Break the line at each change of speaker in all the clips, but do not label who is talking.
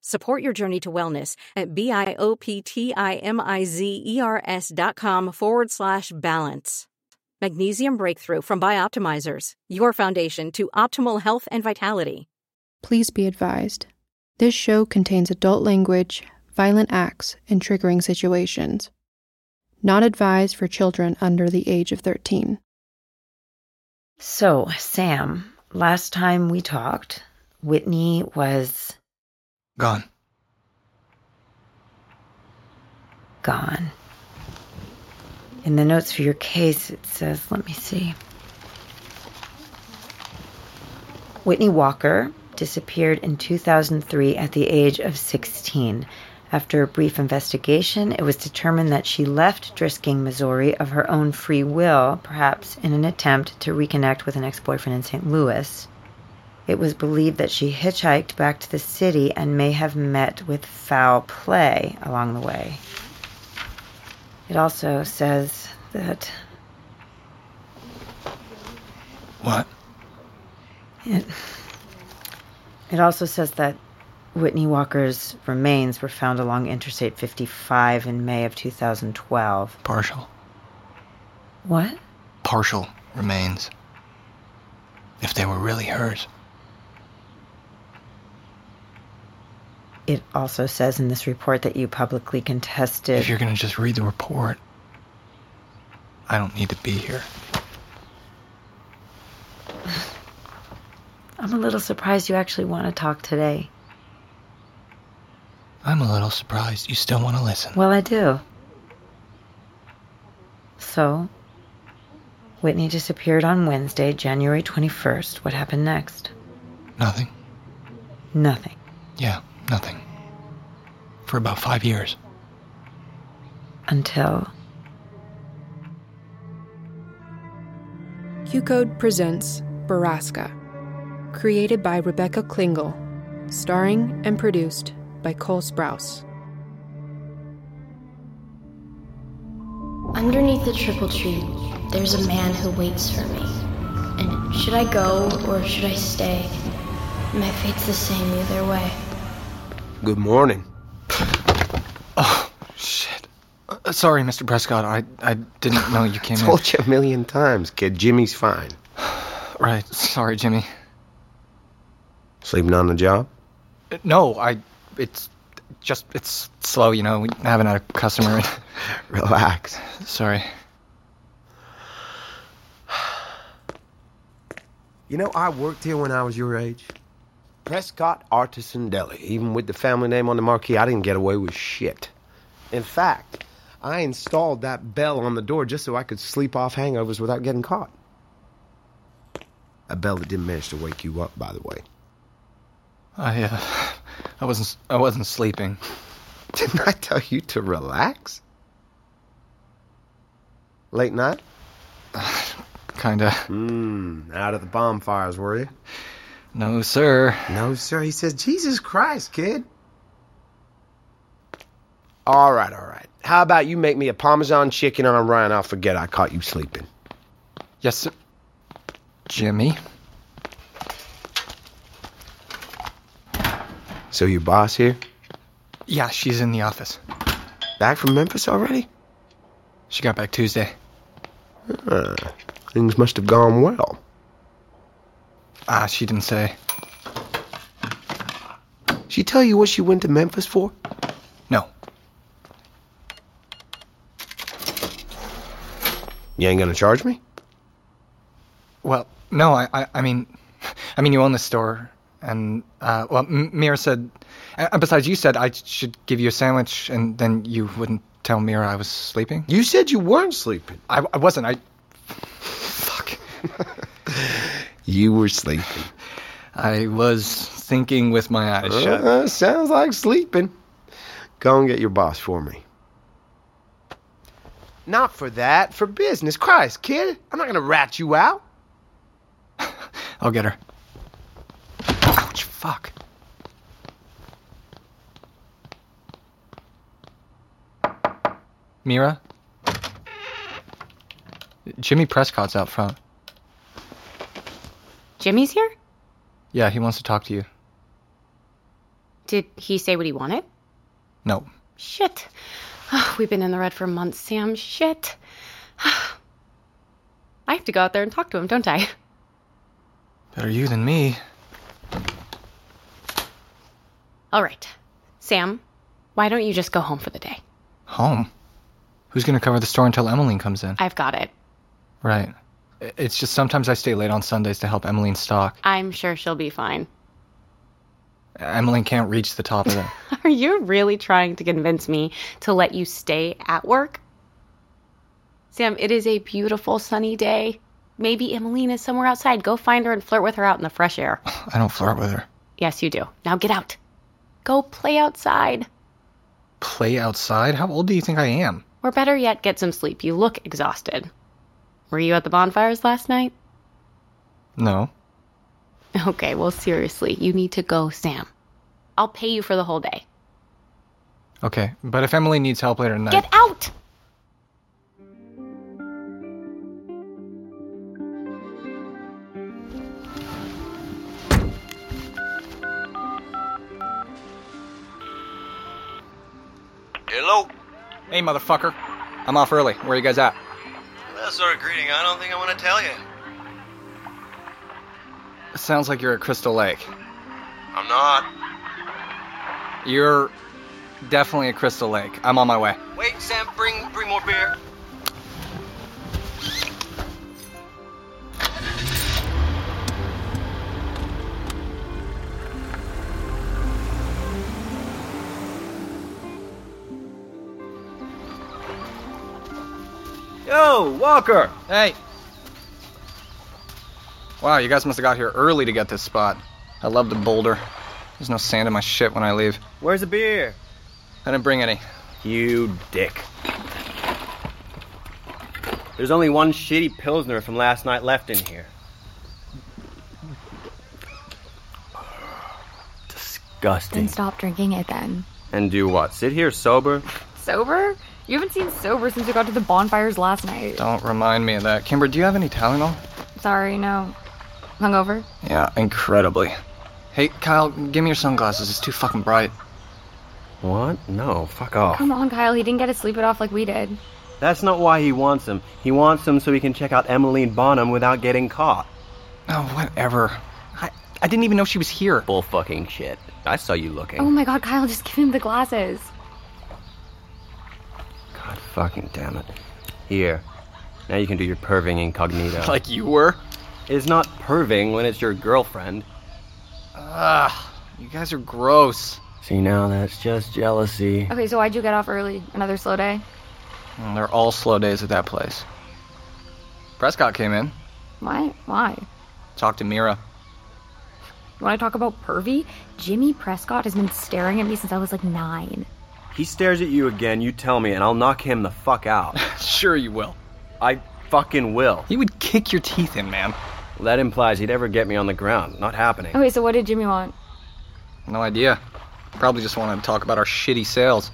Support your journey to wellness at B I O P T I M I Z E R S dot com forward slash balance. Magnesium breakthrough from Bioptimizers, your foundation to optimal health and vitality.
Please be advised this show contains adult language, violent acts, and triggering situations. Not advised for children under the age of 13.
So, Sam, last time we talked, Whitney was
Gone.
gone. In the notes for your case, it says, let me see. Whitney Walker disappeared in 2003 at the age of 16. After a brief investigation, it was determined that she left Drisking, Missouri of her own free will, perhaps in an attempt to reconnect with an ex boyfriend in St. Louis. It was believed that she hitchhiked back to the city and may have met with foul play along the way. It also says that
What?
it, it also says that Whitney Walker's remains were found along Interstate 55 in May of 2012.
Partial.
What?
Partial remains. If they were really hers.
It also says in this report that you publicly contested.
If you're gonna just read the report, I don't need to be here.
I'm a little surprised you actually want to talk today.
I'm a little surprised you still want to listen.
Well, I do. So, Whitney disappeared on Wednesday, January 21st. What happened next?
Nothing.
Nothing.
Yeah, nothing. For about five years.
Until.
Q Code presents Baraska, created by Rebecca Klingel, starring and produced by Cole Sprouse.
Underneath the triple tree, there's a man who waits for me. And should I go or should I stay? My fate's the same either way.
Good morning.
Shit. Uh, sorry, Mr. Prescott. I I didn't know you came in.
Told you a million times, kid. Jimmy's fine.
Right. Sorry, Jimmy.
Sleeping on the job?
Uh, No, I. It's just it's slow. You know, we haven't had a customer. in-
Relax.
sorry.
You know, I worked here when I was your age. Prescott Artisan Deli. Even with the family name on the marquee, I didn't get away with shit. In fact, I installed that bell on the door just so I could sleep off hangovers without getting caught. A bell that didn't manage to wake you up, by the way.
I, uh, I wasn't, I wasn't sleeping.
Didn't I tell you to relax? Late night?
Kinda.
Mmm, out at the bonfires, were you?
No, sir.
No, sir. He says, Jesus Christ, kid. All right, all right. How about you make me a Parmesan chicken on a rye and I'll forget I caught you sleeping?
Yes, sir. Jimmy.
So, your boss here?
Yeah, she's in the office.
Back from Memphis already?
She got back Tuesday.
Huh. Uh, Things must have gone well.
Ah, she didn't say.
She tell you what she went to Memphis for?
No.
You ain't gonna charge me?
Well, no, I, I, I mean, I mean, you own the store, and uh, well, M- Mira said, and besides, you said I should give you a sandwich, and then you wouldn't tell Mira I was sleeping.
You said you weren't sleeping.
I, I wasn't. I. Fuck.
You were sleeping.
I was thinking with my eyes shut.
Uh, sounds like sleeping. Go and get your boss for me. Not for that, for business. Christ, kid, I'm not gonna rat you out.
I'll get her. Ouch! Fuck. Mira. Jimmy Prescott's out front.
Jimmy's here?
Yeah, he wants to talk to you.
Did he say what he wanted?
No.
Shit. Ah, we've been in the red for months, Sam. Shit. Ah. I have to go out there and talk to him, don't I?
Better you than me.
All right. Sam, why don't you just go home for the day?
Home. Who's going to cover the store until Emmeline comes in?
I've got it.
Right. I- It's just sometimes I stay late on Sundays to help Emmeline stock.
I'm sure she'll be fine.
Emmeline can't reach the top of it.
Are you really trying to convince me to let you stay at work? Sam, it is a beautiful sunny day. Maybe Emmeline is somewhere outside. Go find her and flirt with her out in the fresh air.
I don't flirt with her.
Yes, you do. Now get out. Go play outside.
Play outside? How old do you think I am?
Or better yet, get some sleep. You look exhausted. Were you at the bonfires last night?
No.
Okay, well, seriously, you need to go, Sam. I'll pay you for the whole day.
Okay, but if Emily needs help later tonight.
Get out!
Hello?
Hey, motherfucker. I'm off early. Where you guys at?
That sort of greeting, I don't think I want to tell you.
Sounds like you're at Crystal Lake.
I'm not.
You're definitely at Crystal Lake. I'm on my way.
Wait, Sam, bring bring more beer.
Yo, Walker!
Hey! Wow, you guys must have got here early to get this spot. I love the boulder. There's no sand in my shit when I leave.
Where's the beer?
I didn't bring any.
You dick. There's only one shitty Pilsner from last night left in here. Disgusting.
Then stop drinking it then.
And do what? Sit here sober?
Sober? You haven't seen sober since we got to the bonfires last night.
Don't remind me of that. Kimber, do you have any Tylenol?
Sorry, no. Hungover?
Yeah, incredibly. Hey, Kyle, give me your sunglasses. It's too fucking bright.
What? No, fuck
Oh.
off.
Come on, Kyle. He didn't get to sleep it off like we did.
That's not why he wants him. He wants him so he can check out Emmeline Bonham without getting caught.
Oh, whatever. I, I didn't even know she was here.
Bullfucking shit. I saw you looking.
Oh my god, Kyle, just give him the glasses.
Oh.
God fucking damn it. Here. Now you can do your perving incognito.
Like you were?
is not perving when it's your girlfriend.
Ugh, you guys are gross.
See, now that's just jealousy.
Okay, so why'd you get off early? Another slow day?
Mm, They're all slow days at that place. Prescott came in,
Why? Why?
talked to Mira.
You want to talk about pervy? Jimmy Prescott has been staring at me since I was like nine.
He stares at you again, you tell me, and I'll knock him the fuck out.
sure you will.
I fucking will.
He would kick your teeth in, man.
Well, that implies he'd ever get me on the ground. Not happening.
Okay, so what did Jimmy want?
No idea. Probably just wanted to talk about our shitty sales.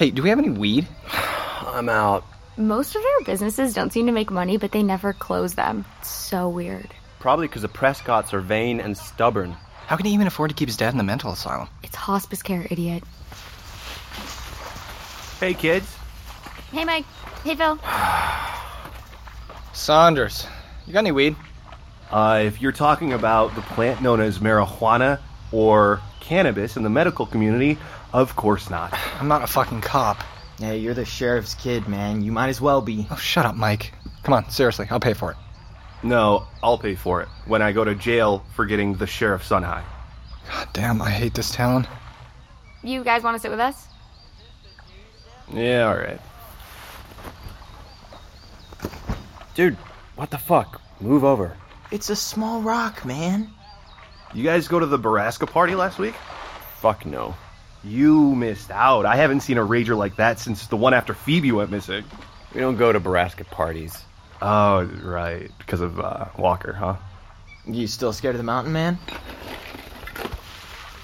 Hey, do we have any weed?
I'm out.
Most of their businesses don't seem to make money, but they never close them. It's so weird.
Probably because the Prescotts are vain and stubborn.
How can he even afford to keep his dad in the mental asylum?
It's hospice care, idiot.
Hey, kids.
Hey, Mike. Hey, Phil.
Saunders, you got any weed?
Uh, if you're talking about the plant known as marijuana or cannabis in the medical community, of course not.
I'm not a fucking cop.
Hey, you're the sheriff's kid, man. You might as well be.
Oh, shut up, Mike. Come on, seriously, I'll pay for it.
No, I'll pay for it when I go to jail for getting the sheriff's on high.
God damn, I hate this town.
You guys want to sit with us?
Yeah, alright. Dude, what the fuck? Move over.
It's a small rock, man.
You guys go to the Baraska party last week? Fuck no. You missed out. I haven't seen a rager like that since the one after Phoebe went missing. We don't go to Baraska parties. Oh, right. Because of uh, Walker, huh?
You still scared of the mountain, man?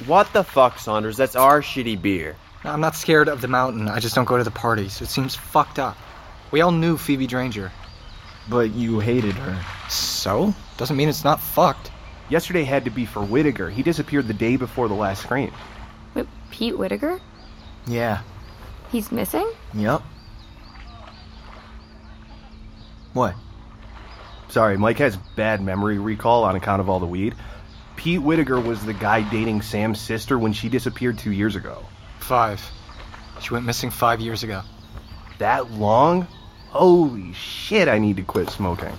What the fuck, Saunders? That's our shitty beer.
No, I'm not scared of the mountain. I just don't go to the parties. It seems fucked up. We all knew Phoebe Dranger.
But you hated her.
So? Doesn't mean it's not fucked.
Yesterday had to be for Whittaker. He disappeared the day before the last screen.
Wait, Pete Whitaker?
Yeah.
He's missing?
Yep. What?
Sorry, Mike has bad memory recall on account of all the weed. Pete Whittaker was the guy dating Sam's sister when she disappeared two years ago.
Five. She went missing five years ago.
That long? Holy shit, I need to quit smoking.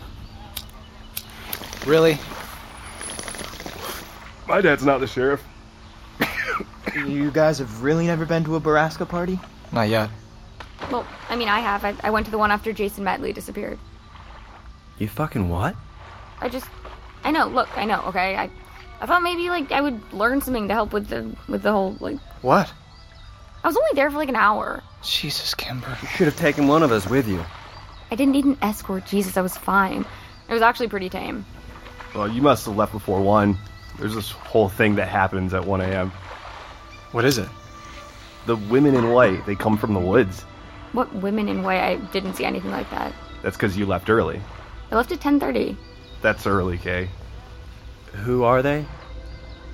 Really?
My dad's not the sheriff.
You guys have really never been to a Baraska party?
Not yet.
Well, I mean, I have. I, I went to the one after Jason Medley disappeared.
You fucking what?
I just, I know. Look, I know. Okay, I, I thought maybe like I would learn something to help with the with the whole like.
What?
I was only there for like an hour.
Jesus, Kimber.
You should have taken one of us with you.
I didn't need an escort. Jesus, I was fine. It was actually pretty tame.
Well, you must have left before 1. There's this whole thing that happens at 1 a.m.
What is it?
The women in white, they come from the woods.
What women in white? I didn't see anything like that.
That's because you left early.
I left at ten thirty.
That's early, Kay. Who are they?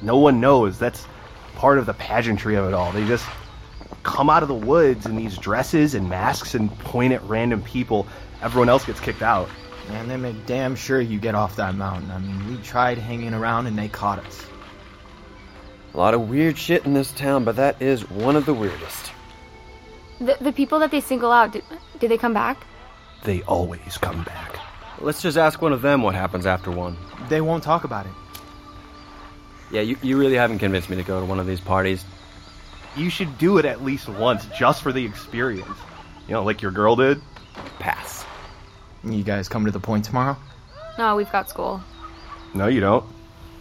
No one knows. That's part of the pageantry of it all. They just come out of the woods in these dresses and masks and point at random people. Everyone else gets kicked out.
Man, they make damn sure you get off that mountain. I mean, we tried hanging around and they caught us.
A lot of weird shit in this town, but that is one of the weirdest.
The the people that they single out did, did they come back?
They always come back. Let's just ask one of them what happens after one.
They won't talk about it.
Yeah, you, you really haven't convinced me to go to one of these parties. You should do it at least once, just for the experience. You know, like your girl did? Pass.
You guys come to the point tomorrow?
No, we've got school.
No, you don't.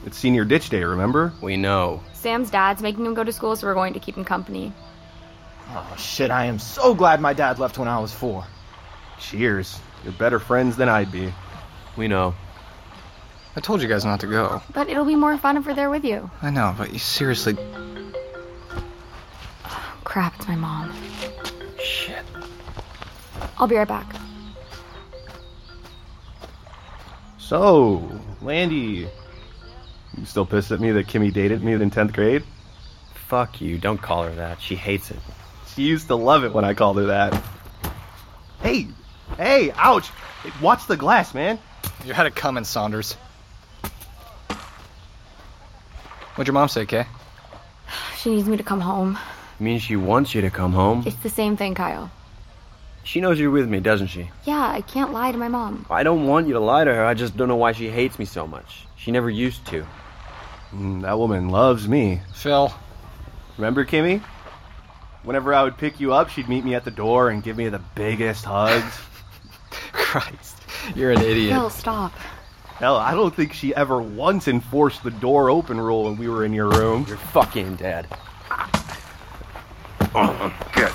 It's senior ditch day, remember? We know.
Sam's dad's making him go to school, so we're going to keep him company.
Oh shit, I am so glad my dad left when I was four.
Cheers. You're better friends than I'd be. We know.
I told you guys not to go.
But it'll be more fun if we're there with you.
I know, but you seriously.
Crap, it's my mom.
Shit.
I'll be right back.
So, Landy, you still pissed at me that Kimmy dated me in 10th grade? Fuck you, don't call her that. She hates it. She used to love it when I called her that. Hey, hey, ouch! Watch the glass, man.
You had it coming, Saunders. What'd your mom say, Kay?
She needs me to come home.
Means she wants you to come home.
It's the same thing, Kyle.
She knows you're with me, doesn't she?
Yeah, I can't lie to my mom.
I don't want you to lie to her. I just don't know why she hates me so much. She never used to.
Mm, that woman loves me.
Phil.
Remember Kimmy? Whenever I would pick you up, she'd meet me at the door and give me the biggest hugs.
Christ, you're an
Phil, stop.
Hell, I don't think she ever once enforced the door open rule when we were in your room. You're
fucking dead.
Oh, good.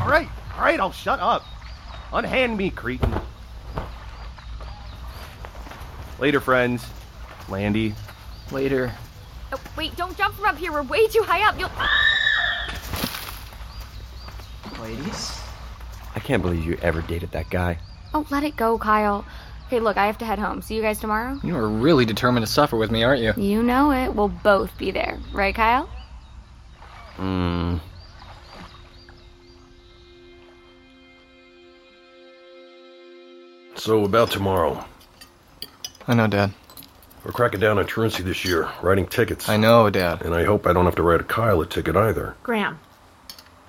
All right, all right, I'll shut up. Unhand me, cretin. Later, friends. Landy.
Later.
Oh, wait, don't jump from up here. We're way too high up. You'll.
Ladies?
I can't believe you ever dated that guy.
Oh, let it go, Kyle. Okay, look, I have to head home. See you guys tomorrow.
You are really determined to suffer with me, aren't you?
You know it. We'll both be there, right, Kyle?
Mm.
So, about tomorrow.
I know, Dad.
We're cracking down on truancy this year, writing tickets.
I know, Dad.
And I hope I don't have to write a Kyle a ticket either.
Graham.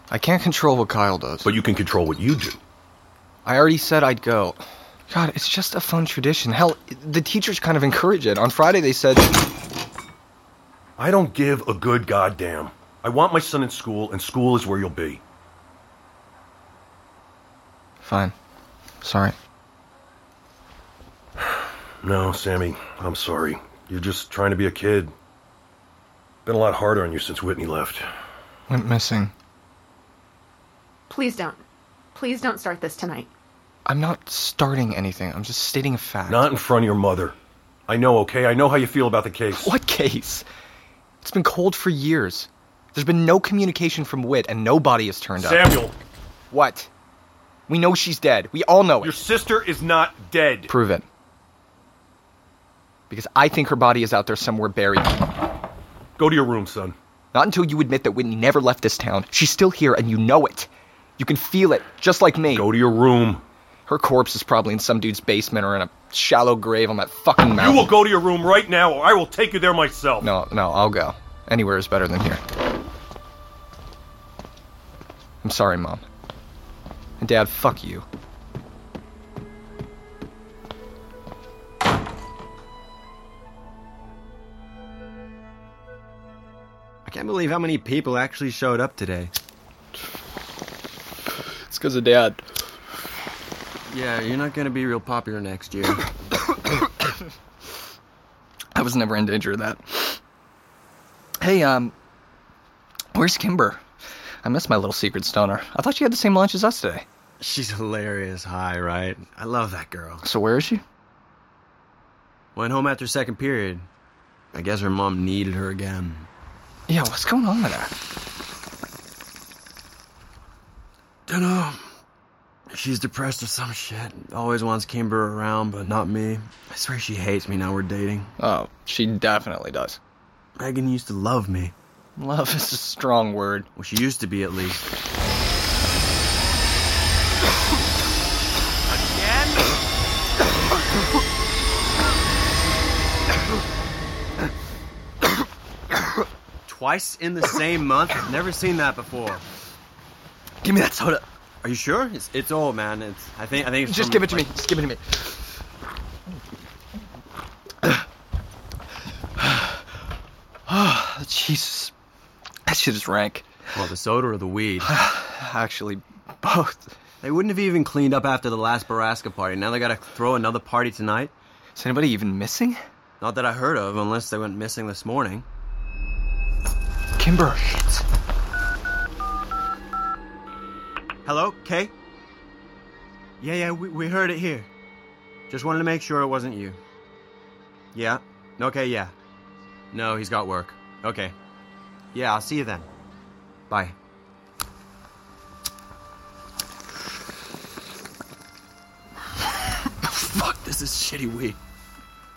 I can't control what Kyle does.
But you can control what you do.
I already said I'd go. God, it's just a fun tradition. Hell, the teachers kind of encourage it. On Friday, they said.
I don't give a good goddamn. I want my son in school, and school is where you'll be.
Fine. Sorry.
No, Sammy, I'm sorry. You're just trying to be a kid. Been a lot harder on you since Whitney left.
Went missing.
Please don't. Please don't start this tonight.
I'm not starting anything. I'm just stating a fact.
Not in front of your mother. I know, okay? I know how you feel about the case.
What case? It's been cold for years. There's been no communication from Wit, and nobody has turned up.
Samuel!
What? We know she's dead. We all know it.
Your sister is not dead.
Prove it. Because I think her body is out there somewhere buried.
Go to your room, son.
Not until you admit that Whitney never left this town. She's still here, and you know it. You can feel it, just like me.
Go to your room.
Her corpse is probably in some dude's basement or in a shallow grave on that fucking mountain.
You will go to your room right now, or I will take you there myself.
No, no, I'll go. Anywhere is better than here. I'm sorry, Mom. And Dad, fuck you.
I can't believe how many people actually showed up today.
It's because of Dad.
Yeah, you're not gonna be real popular next year.
I was never in danger of that. Hey, um, where's Kimber? I miss my little secret stoner. I thought she had the same lunch as us today.
She's hilarious high, right? I love that girl.
So where is she?
Went home after second period. I guess her mom needed her again.
Yeah, what's going on with her?
Dunno. She's depressed or some shit. Always wants Kimber around, but not me. I swear she hates me now we're dating.
Oh, she definitely does.
Megan used to love me.
Love is a strong word.
Well, she used to be at least. Twice in the same month? I've never seen that before.
Give me that soda.
Are you sure? It's, it's old, man. It's I think I think it's
Just
from,
give it to
like-
me. Just give it to me. Oh, Jesus. That shit is rank.
Well, the soda or the weed?
Actually, both.
They wouldn't have even cleaned up after the last Baraska party. Now they gotta throw another party tonight?
Is anybody even missing?
Not that I heard of, unless they went missing this morning.
Kimber.
Hello, Kay? Yeah, yeah, we, we heard it here. Just wanted to make sure it wasn't you. Yeah? Okay, yeah. No, he's got work. Okay. Yeah, I'll see you then. Bye. Fuck, this is shitty weed.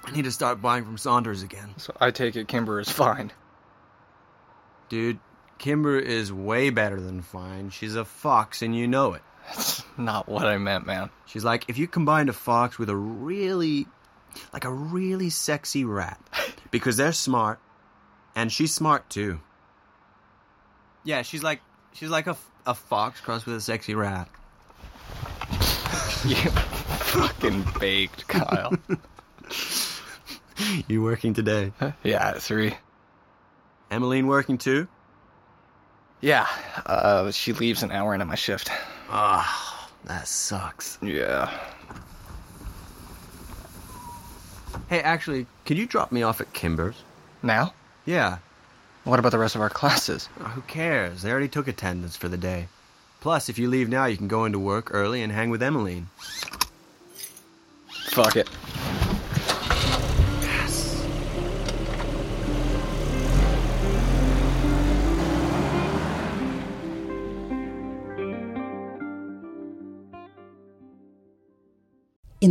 I need to start buying from Saunders again.
So I take it Kimber is fine.
Dude, Kimber is way better than fine. She's a fox, and you know it.
That's not what I meant, man.
She's like, if you combined a fox with a really, like a really sexy rat, because they're smart, and she's smart too. Yeah, she's like, she's like a, f- A fox crossed with a sexy rat.
you fucking baked, Kyle.
you working today?
Yeah, at three.
Emmeline working too?
Yeah, uh, she leaves an hour into my shift.
Ah, that sucks.
Yeah.
Hey, actually, could you drop me off at Kimber's?
Now?
Yeah. Uh,
What about the rest of our classes?
Who cares? They already took attendance for the day. Plus, if you leave now, you can go into work early and hang with Emmeline.
Fuck it.
In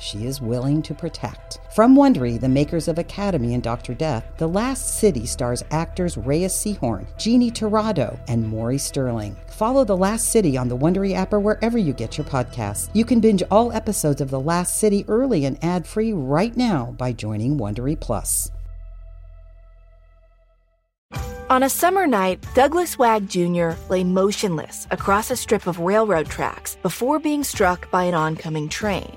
she is willing to protect. From Wondery, the makers of Academy and Dr. Death, The Last City stars actors Rhea Seahorn, Jeannie Torrado, and Maury Sterling. Follow The Last City on the Wondery app or wherever you get your podcasts. You can binge all episodes of The Last City early and ad-free right now by joining Wondery Plus.
On a summer night, Douglas Wag Jr. lay motionless across a strip of railroad tracks before being struck by an oncoming train.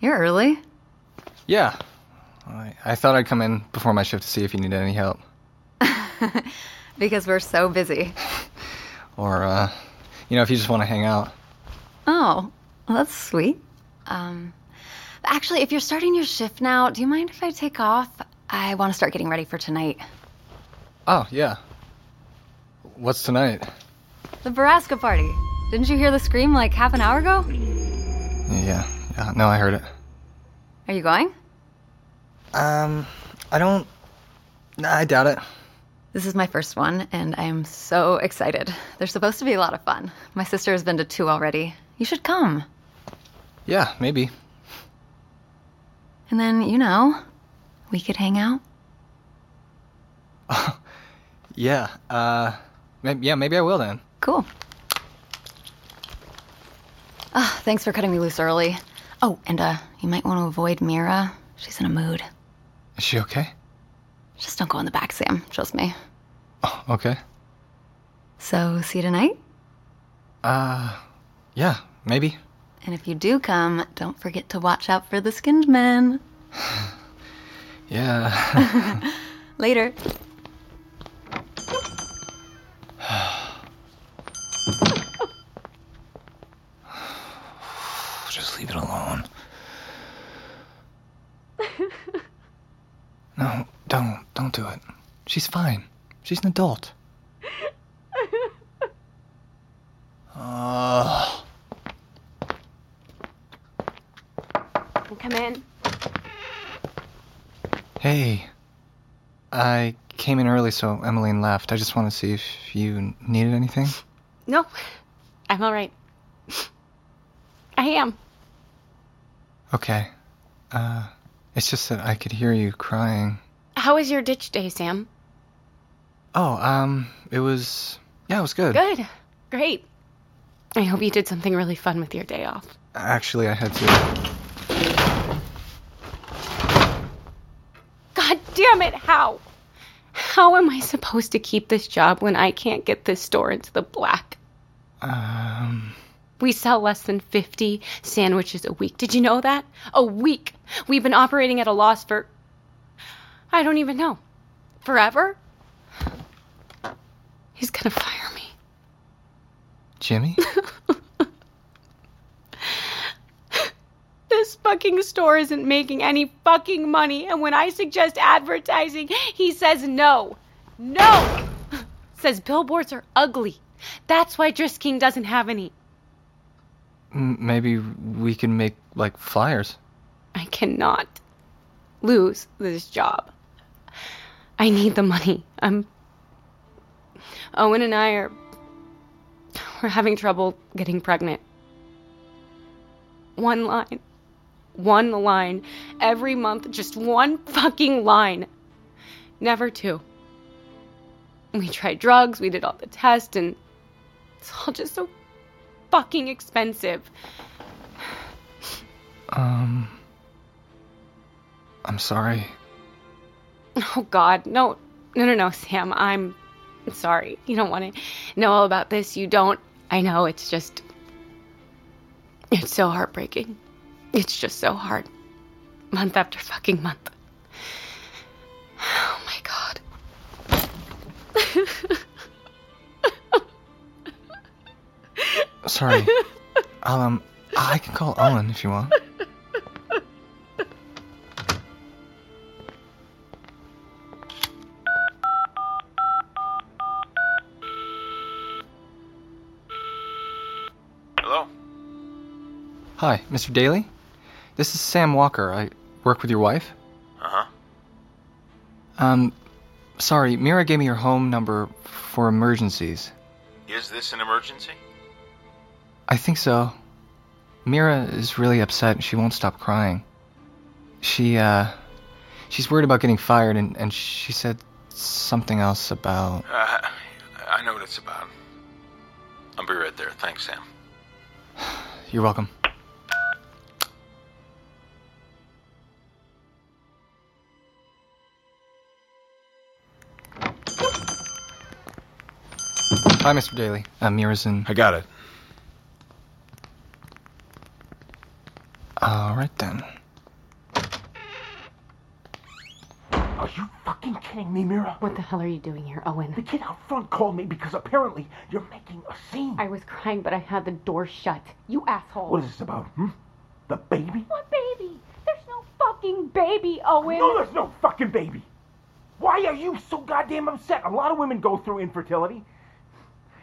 You're early.
Yeah. I, I thought I'd come in before my shift to see if you need any help.
Because we're so busy.
Or, uh, you know, if you just want to hang out.
Oh, well, that's sweet. Um, actually, if you're starting your shift now, do you mind if I take off? I want to start getting ready for tonight.
Oh, yeah. What's tonight?
The Baraska party. Didn't you hear the scream like half an hour ago?
Yeah. Yeah, no, I heard it.
Are you going?
Um, I don't. Nah, I doubt it.
This is my first one, and I am so excited. They're supposed to be a lot of fun. My sister has been to two already. You should come.
Yeah, maybe.
And then, you know, we could hang out.
Yeah, uh, maybe, yeah, maybe I will then.
Cool. Ah, thanks for cutting me loose early. Oh, and uh, you might want to avoid Mira. She's in a mood.
Is she okay?
Just don't go in the back, Sam. Trust me.
Okay.
So, see you tonight?
Uh, yeah, maybe.
And if you do come, don't forget to watch out for the skinned men.
Yeah.
Later.
just leave it alone. no, don't. Don't do it. She's fine. She's an adult. Ugh.
Come in.
hey. I came in early, so Emmeline left. I just want to see if you needed anything.
No, I'm all right. I am.
Okay. Uh, it's just that I could hear you crying.
How was your ditch day, Sam?
Oh, um, it was. Yeah, it was good.
Good. Great. I hope you did something really fun with your day off.
Actually, I had to.
God damn it, how? How am I supposed to keep this job when I can't get this store into the black?
Um.
We sell less than 50 sandwiches a week. Did you know that? A week. We've been operating at a loss for. I don't even know. Forever? He's gonna fire me.
Jimmy?
This fucking store isn't making any fucking money, and when I suggest advertising, he says no. No! says billboards are ugly. That's why Driss King doesn't have any.
M- maybe we can make like flyers.
I cannot lose this job. I need the money. I'm. Owen and I are. We're having trouble getting pregnant. One line. One line. Every month, just one fucking line. Never two. We tried drugs, we did all the tests, and it's all just so fucking expensive.
Um. I'm sorry.
Oh God, no, no, no, no, Sam. I'm sorry. You don't want to know all about this. You don't. I know. It's just. It's so heartbreaking. It's just so hard. Month after fucking month. Oh my God.
Sorry. I'll, um, I can call Owen if you want.
Hello?
Hi, Mr. Daly. This is Sam Walker. I work with your wife.
Uh huh.
Um, sorry, Mira gave me your home number for emergencies.
Is this an emergency?
I think so. Mira is really upset and she won't stop crying. She, uh, she's worried about getting fired and, and she said something else about.
Uh, I know what it's about. I'll be right there. Thanks, Sam.
You're welcome. Hi, Mr. Daly. Uh, Mira's in.
I got it.
Alright then.
Are you fucking kidding me, Mira?
What the hell are you doing here, Owen?
The kid out front called me because apparently you're making a scene.
I was crying, but I had the door shut. You asshole.
What is this about, hmm? The baby?
What baby? There's no fucking baby, Owen.
No, there's no fucking baby. Why are you so goddamn upset? A lot of women go through infertility.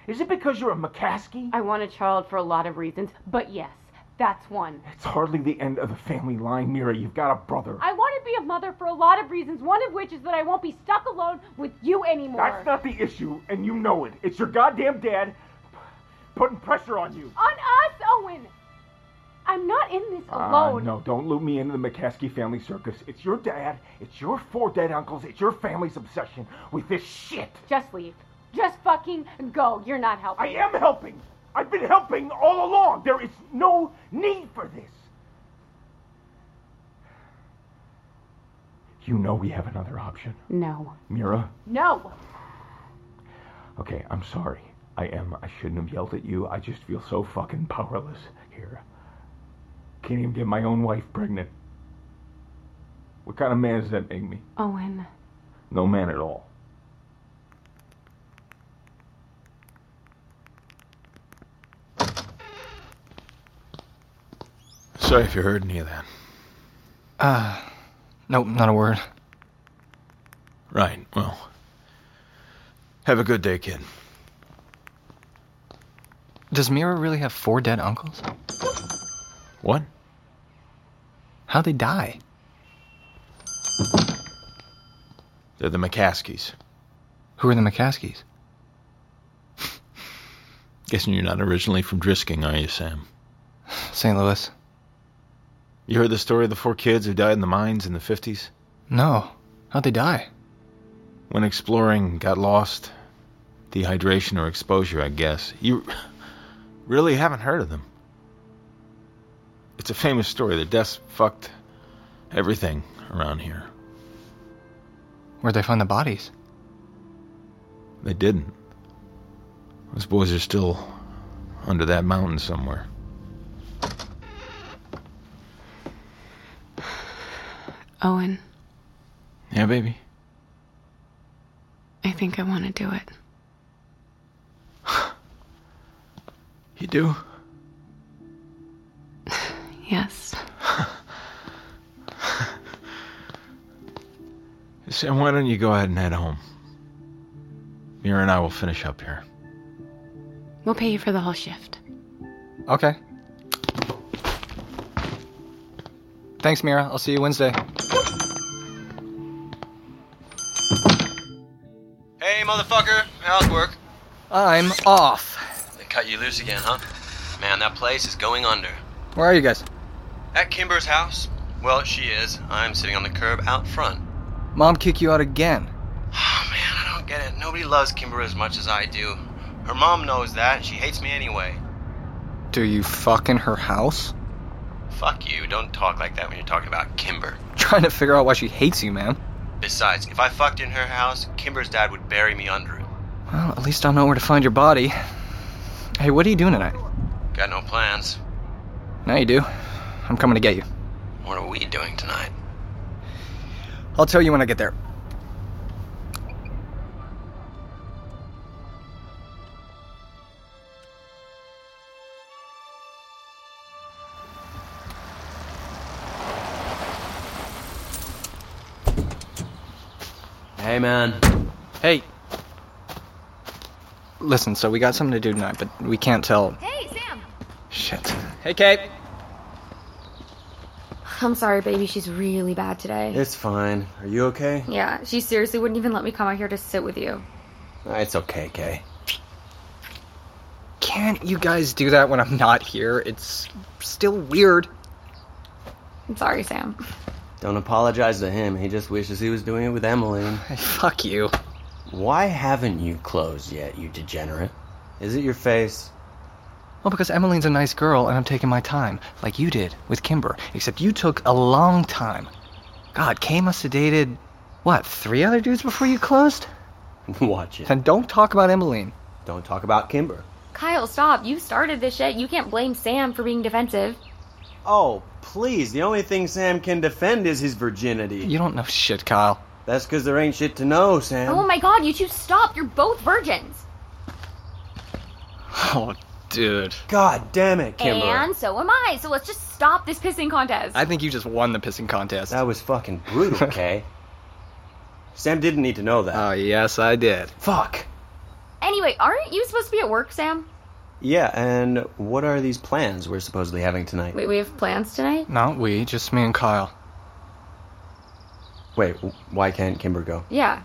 Is it because you're a McCaskey?
I want a child for a lot of reasons, but yes, that's one.
It's hardly the end of the family line, Mira. You've got a brother.
I want to be a mother for a lot of reasons, one of which is that I won't be stuck alone with you anymore.
That's not the issue, and you know it. It's your goddamn dad putting pressure on you.
On us, Owen! I'm not in this
Ah,
alone.
no, don't loop me into the McCaskey family circus. It's your dad, it's your four dead uncles, it's your family's obsession with this shit.
Just leave. Just fucking go. You're not helping.
I am helping. I've been helping all along. There is no need for this. You know we have another option.
No.
Mira,
No.
okay, I'm sorry. I am. I shouldn't have yelled at you. I just feel so fucking powerless here. Can't even get my own wife pregnant. What kind of man does that make me?
Owen.
No man at all.
Sorry if you heard any of that.
Uh, nope, not a word.
Right, well. Have a good day, kid.
Does Mira really have four dead uncles?
What?
How'd they die?
They're the McCaskies.
Who are the McCaskies?
Guessing you're not originally from Drisking, are you, Sam?
St. Louis.
You heard the story of the four kids who died in the mines in the 50s?
No. How'd they die?
When exploring, got lost. Dehydration or exposure, I guess. You really haven't heard of them. It's a famous story. The deaths fucked everything around here.
Where'd they find the bodies?
They didn't. Those boys are still under that mountain somewhere.
Owen,
Yeah, baby.
I think I want to do it.
You do?
Yes.
Sam, why don't you go ahead and head home? Mira and I will finish up here.
We'll pay you for the whole shift.
Okay. Thanks, Mira. I'll see you Wednesday.
Hey, motherfucker. How's work?
I'm off.
They cut you loose again, huh? Man, that place is going under.
Where are you guys?
At Kimber's house? Well, she is. I'm sitting on the curb out front.
Mom kick you out again.
I don't get it. Nobody loves Kimber as much as I do. Her mom knows that. She hates me anyway.
Do you fuck in her house?
Fuck you. Don't talk like that when you're talking about Kimber.
Trying to figure out why she hates you, man.
Besides, if I fucked in her house, Kimber's dad would bury me under it.
Well, at least I'll know where to find your body. Hey, what are you doing tonight?
Got no plans.
Now you do. I'm coming to get you.
What are we doing tonight?
I'll tell you when I get there.
Hey, man.
Hey. Listen, so we got something to do tonight, but we can't tell.
Hey, Sam!
Shit. Hey, Kate.
I'm sorry, baby. She's really bad today.
It's fine. Are you okay?
Yeah, she seriously wouldn't even let me come out here to sit with you.
It's okay, Kay.
Can't you guys do that when I'm not here? It's still weird.
I'm sorry, Sam.
Don't apologize to him. He just wishes he was doing it with Emmeline.
Fuck you.
Why haven't you closed yet, you degenerate? Is it your face?
Well, because Emmeline's a nice girl and I'm taking my time, like you did with Kimber, except you took a long time. God, Kay must have dated, what, three other dudes before you closed?
Watch it.
Then don't talk about Emmeline.
Don't talk about Kimber.
Kyle, stop. You started this shit. You can't blame Sam for being defensive.
Oh, please. The only thing Sam can defend is his virginity.
You don't know shit, Kyle.
That's because there ain't shit to know, Sam.
Oh my god, you two stop. You're both virgins.
Oh, dude.
God damn it, Kimber.
And so am I. So let's just stop this pissing contest.
I think you just won the pissing contest.
That was fucking brutal, Kay. Sam didn't need to know that.
Oh, yes, I did.
Fuck.
Anyway, aren't you supposed to be at work, Sam?
Yeah, and what are these plans we're supposedly having tonight?
Wait, we have plans tonight?
Not we, just me and Kyle.
Wait, w- why can't Kimber go?
Yeah.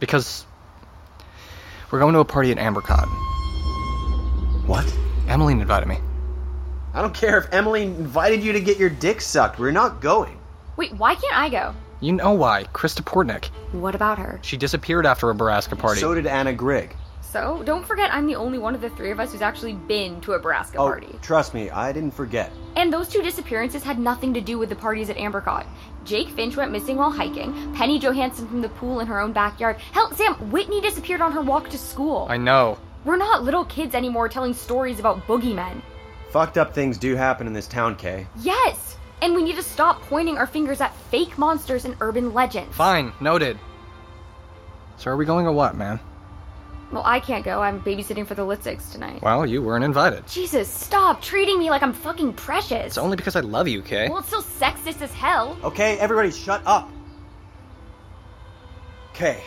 Because we're going to a party at AmberCon.
What?
Emmeline invited me.
I don't care if Emily invited you to get your dick sucked. We're not going.
Wait, why can't I go?
You know why? Krista Portnick.
What about her?
She disappeared after a Baraska party.
So did Anna Grigg.
So, don't forget I'm the only one of the three of us who's actually been to a Baraska
Oh,
party.
trust me, I didn't forget.
And those two disappearances had nothing to do with the parties at Ambercott. Jake Finch went missing while hiking, Penny Johansson from the pool in her own backyard. Hell, Sam, Whitney disappeared on her walk to school.
I know.
We're not little kids anymore telling stories about boogeymen.
Fucked up things do happen in this town, Kay.
Yes! And we need to stop pointing our fingers at fake monsters and urban legends.
Fine, noted. So are we going or what, man?
Well, I can't go. I'm babysitting for the Litzigs tonight.
Well, you weren't invited.
Jesus, stop treating me like I'm fucking precious.
It's only because I love you, Kay.
Well, it's still sexist as hell.
Okay, everybody shut up. Kay,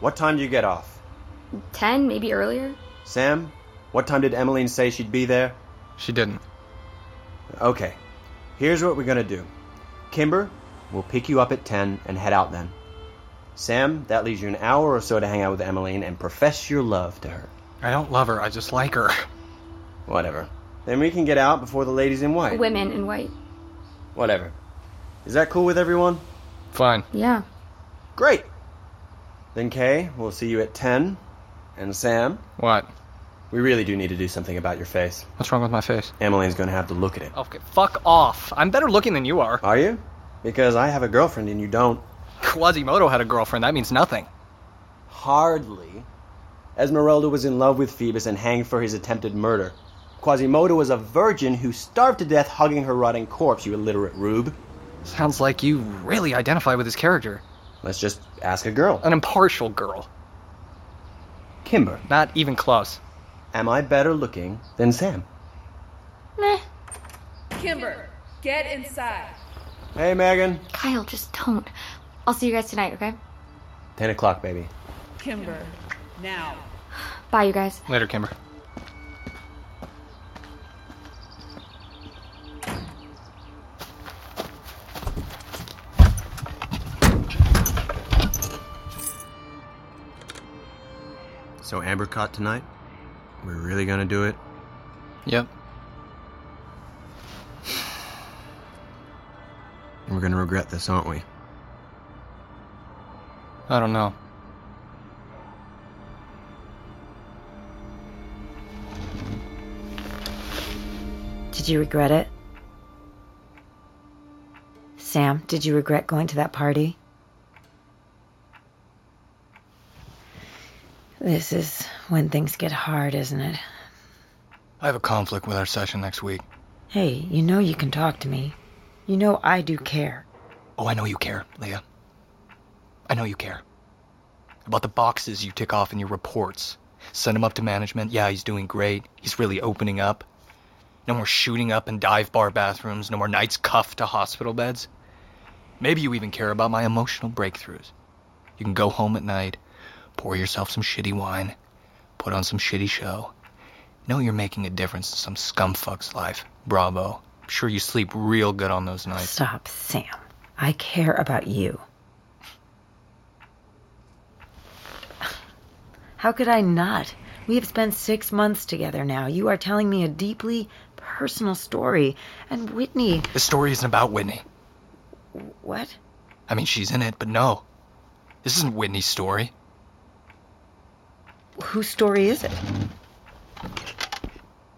what time do you get off?
Ten, maybe earlier.
Sam, what time did Emmeline say she'd be there?
She didn't.
Okay, here's what we're gonna do. Kimber, we'll pick you up at 10 and head out then. Sam, that leaves you an hour or so to hang out with Emmeline and profess your love to her.
I don't love her, I just like her.
Whatever. Then we can get out before the ladies in white.
Women in white.
Whatever. Is that cool with everyone?
Fine.
Yeah.
Great! Then, Kay, we'll see you at 10. And Sam?
What?
We really do need to do something about your face.
What's wrong with my face?
Emmeline's gonna have to look at it.
Okay, fuck off. I'm better looking than you are.
Are you? Because I have a girlfriend and you don't.
Quasimodo had a girlfriend, that means nothing.
Hardly. Esmeralda was in love with Phoebus and hanged for his attempted murder. Quasimodo was a virgin who starved to death hugging her rotting corpse, you illiterate rube.
Sounds like you really identify with his character.
Let's just ask a girl.
An impartial girl.
Kimber.
Not even close.
Am I better looking than Sam?
Kimber, get inside.
Hey, Megan.
Kyle, just don't. I'll see you guys tonight, okay?
10 o'clock, baby.
Kimber, now. Bye, you guys.
Later, Kimber.
So Amber caught tonight? We're really gonna do it?
Yep.
We're gonna regret this, aren't we?
I don't know.
Did you regret it? Sam, did you regret going to that party? This is when things get hard, isn't it?
I have a conflict with our session next week.
Hey, you know you can talk to me. You know I do care.
Oh, I know you care, Leah. I know you care. About the boxes you tick off in your reports. Send him up to management. Yeah, he's doing great. He's really opening up. No more shooting up in dive bar bathrooms. No more nights cuffed to hospital beds. Maybe you even care about my emotional breakthroughs. You can go home at night, pour yourself some shitty wine, put on some shitty show. Know you're making a difference in some scumfuck's life. Bravo. I'm sure you sleep real good on those nights.
Stop, Sam. I care about you. How could I not? We have spent six months together now. You are telling me a deeply personal story. And Whitney,
The story isn't about Whitney.
what?
I mean, she's in it, but no. This isn't Whitney's story.
Whose story is it?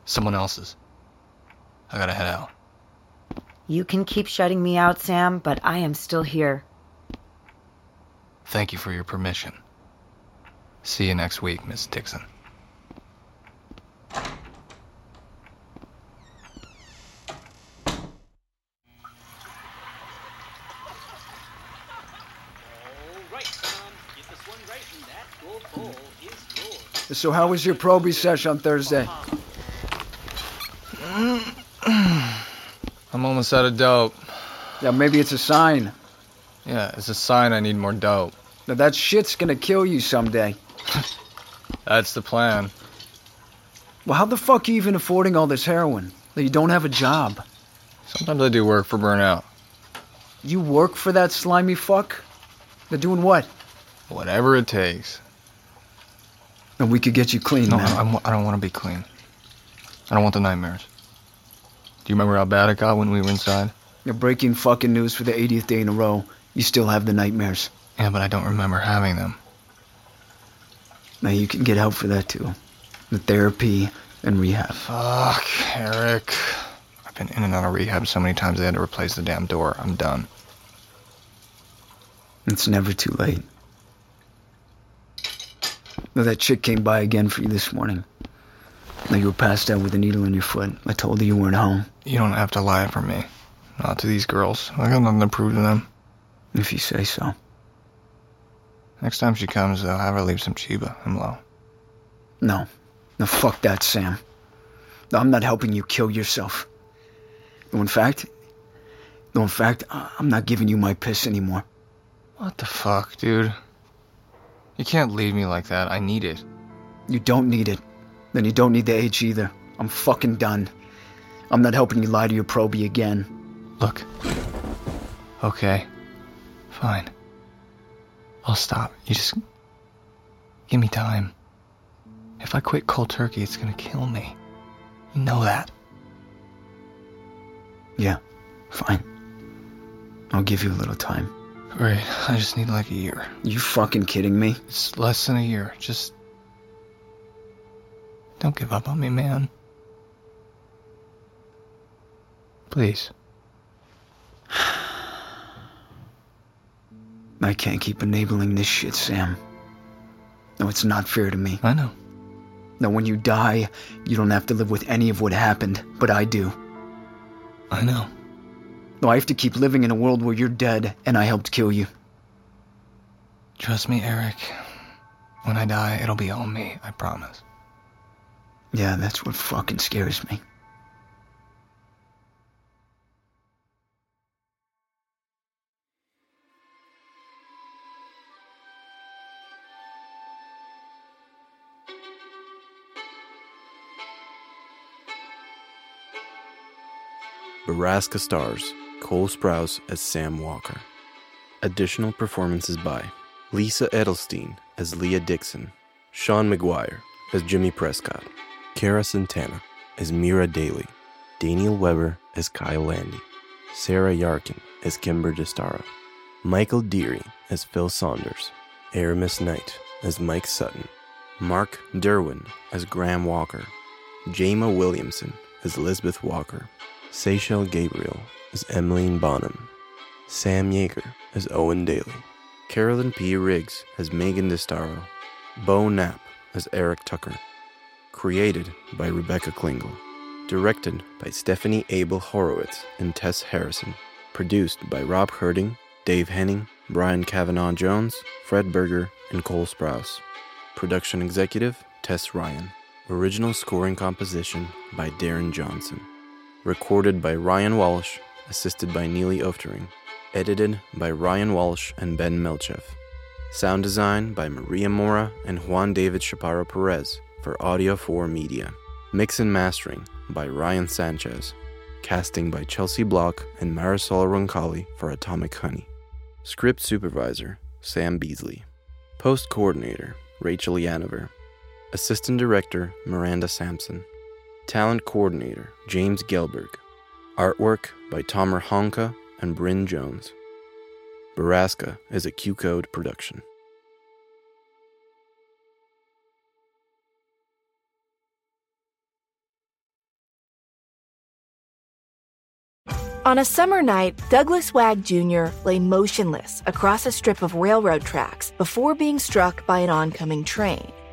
Someone else's. I gotta head out.
You can keep shutting me out, Sam, but I am still here.
Thank you for your permission. See you next week, Miss Dixon.
So, how was your probie session on Thursday?
I'm almost out of dope.
Yeah, maybe it's a sign.
Yeah, it's a sign I need more dope.
Now, that shit's gonna kill you someday.
That's the plan.
Well, how the fuck are you even affording all this heroin? Like, You don't have a job.
Sometimes I do work for burnout.
You work for that slimy fuck? They're doing what?
Whatever it takes.
And we could get you clean.
No,
man.
I, I'm, I don't want to be clean. I don't want the nightmares. Do you remember how bad it got when we were inside?
You're breaking fucking news for the 80th day in a row. You still have the nightmares.
Yeah, but I don't remember having them.
Now you can get help for that too. The therapy and rehab.
Fuck, Eric. I've been in and out of rehab so many times they had to replace the damn door. I'm done.
It's never too late. Now that chick came by again for you this morning. Now you were passed out with a needle in your foot. I told her you weren't home.
You don't have to lie for me. Not to these girls. I got nothing to prove to them.
If you say so.
Next time she comes, though, have her leave some Chiba. I'm low.
No. No, fuck that, Sam. No, I'm not helping you kill yourself. No, in fact, no, in fact, I- I'm not giving you my piss anymore.
What the fuck, dude? You can't leave me like that. I need it.
You don't need it. Then you don't need the H either. I'm fucking done. I'm not helping you lie to your probie again.
Look. Okay. Fine. I'll stop. You just. Give me time. If I quit cold turkey, it's gonna kill me. You know that.
Yeah, fine. I'll give you a little time.
Right. I just need like a year.
You fucking kidding me?
It's less than a year. Just. Don't give up on me, man. Please.
I can't keep enabling this shit, Sam. No, it's not fair to me.
I know.
No, when you die, you don't have to live with any of what happened, but I do.
I know.
No, I have to keep living in a world where you're dead and I helped kill you.
Trust me, Eric. When I die, it'll be all me. I promise.
Yeah, that's what fucking scares me.
Baraska stars Cole Sprouse as Sam Walker. Additional performances by Lisa Edelstein as Leah Dixon, Sean McGuire as Jimmy Prescott, Kara Santana as Mira Daly, Daniel Weber as Kyle Landy, Sarah Yarkin as Kimber Destara, Michael Deary as Phil Saunders, Aramis Knight as Mike Sutton, Mark Derwin as Graham Walker, Jama Williamson as Lisbeth Walker, Seychelle Gabriel as Emmeline Bonham, Sam Yeager as Owen Daly, Carolyn P. Riggs as Megan Destaro, Bo Knapp as Eric Tucker. Created by Rebecca Klingel. Directed by Stephanie Abel Horowitz and Tess Harrison. Produced by Rob Herding, Dave Henning, Brian Kavanaugh Jones, Fred Berger, and Cole Sprouse. Production executive Tess Ryan. Original scoring composition by Darren Johnson. Recorded by Ryan Walsh, assisted by Neely Oftering. Edited by Ryan Walsh and Ben Milchev. Sound design by Maria Mora and Juan David Chaparro Perez for Audio 4 Media. Mix and mastering by Ryan Sanchez. Casting by Chelsea Block and Marisol Roncalli for Atomic Honey. Script supervisor Sam Beasley. Post coordinator Rachel Yanover. Assistant director Miranda Sampson. Talent coordinator James Gelberg. Artwork by Tomer Honka and Bryn Jones. Baraska is a Q Code production.
On a summer night, Douglas Wag Jr. lay motionless across a strip of railroad tracks before being struck by an oncoming train.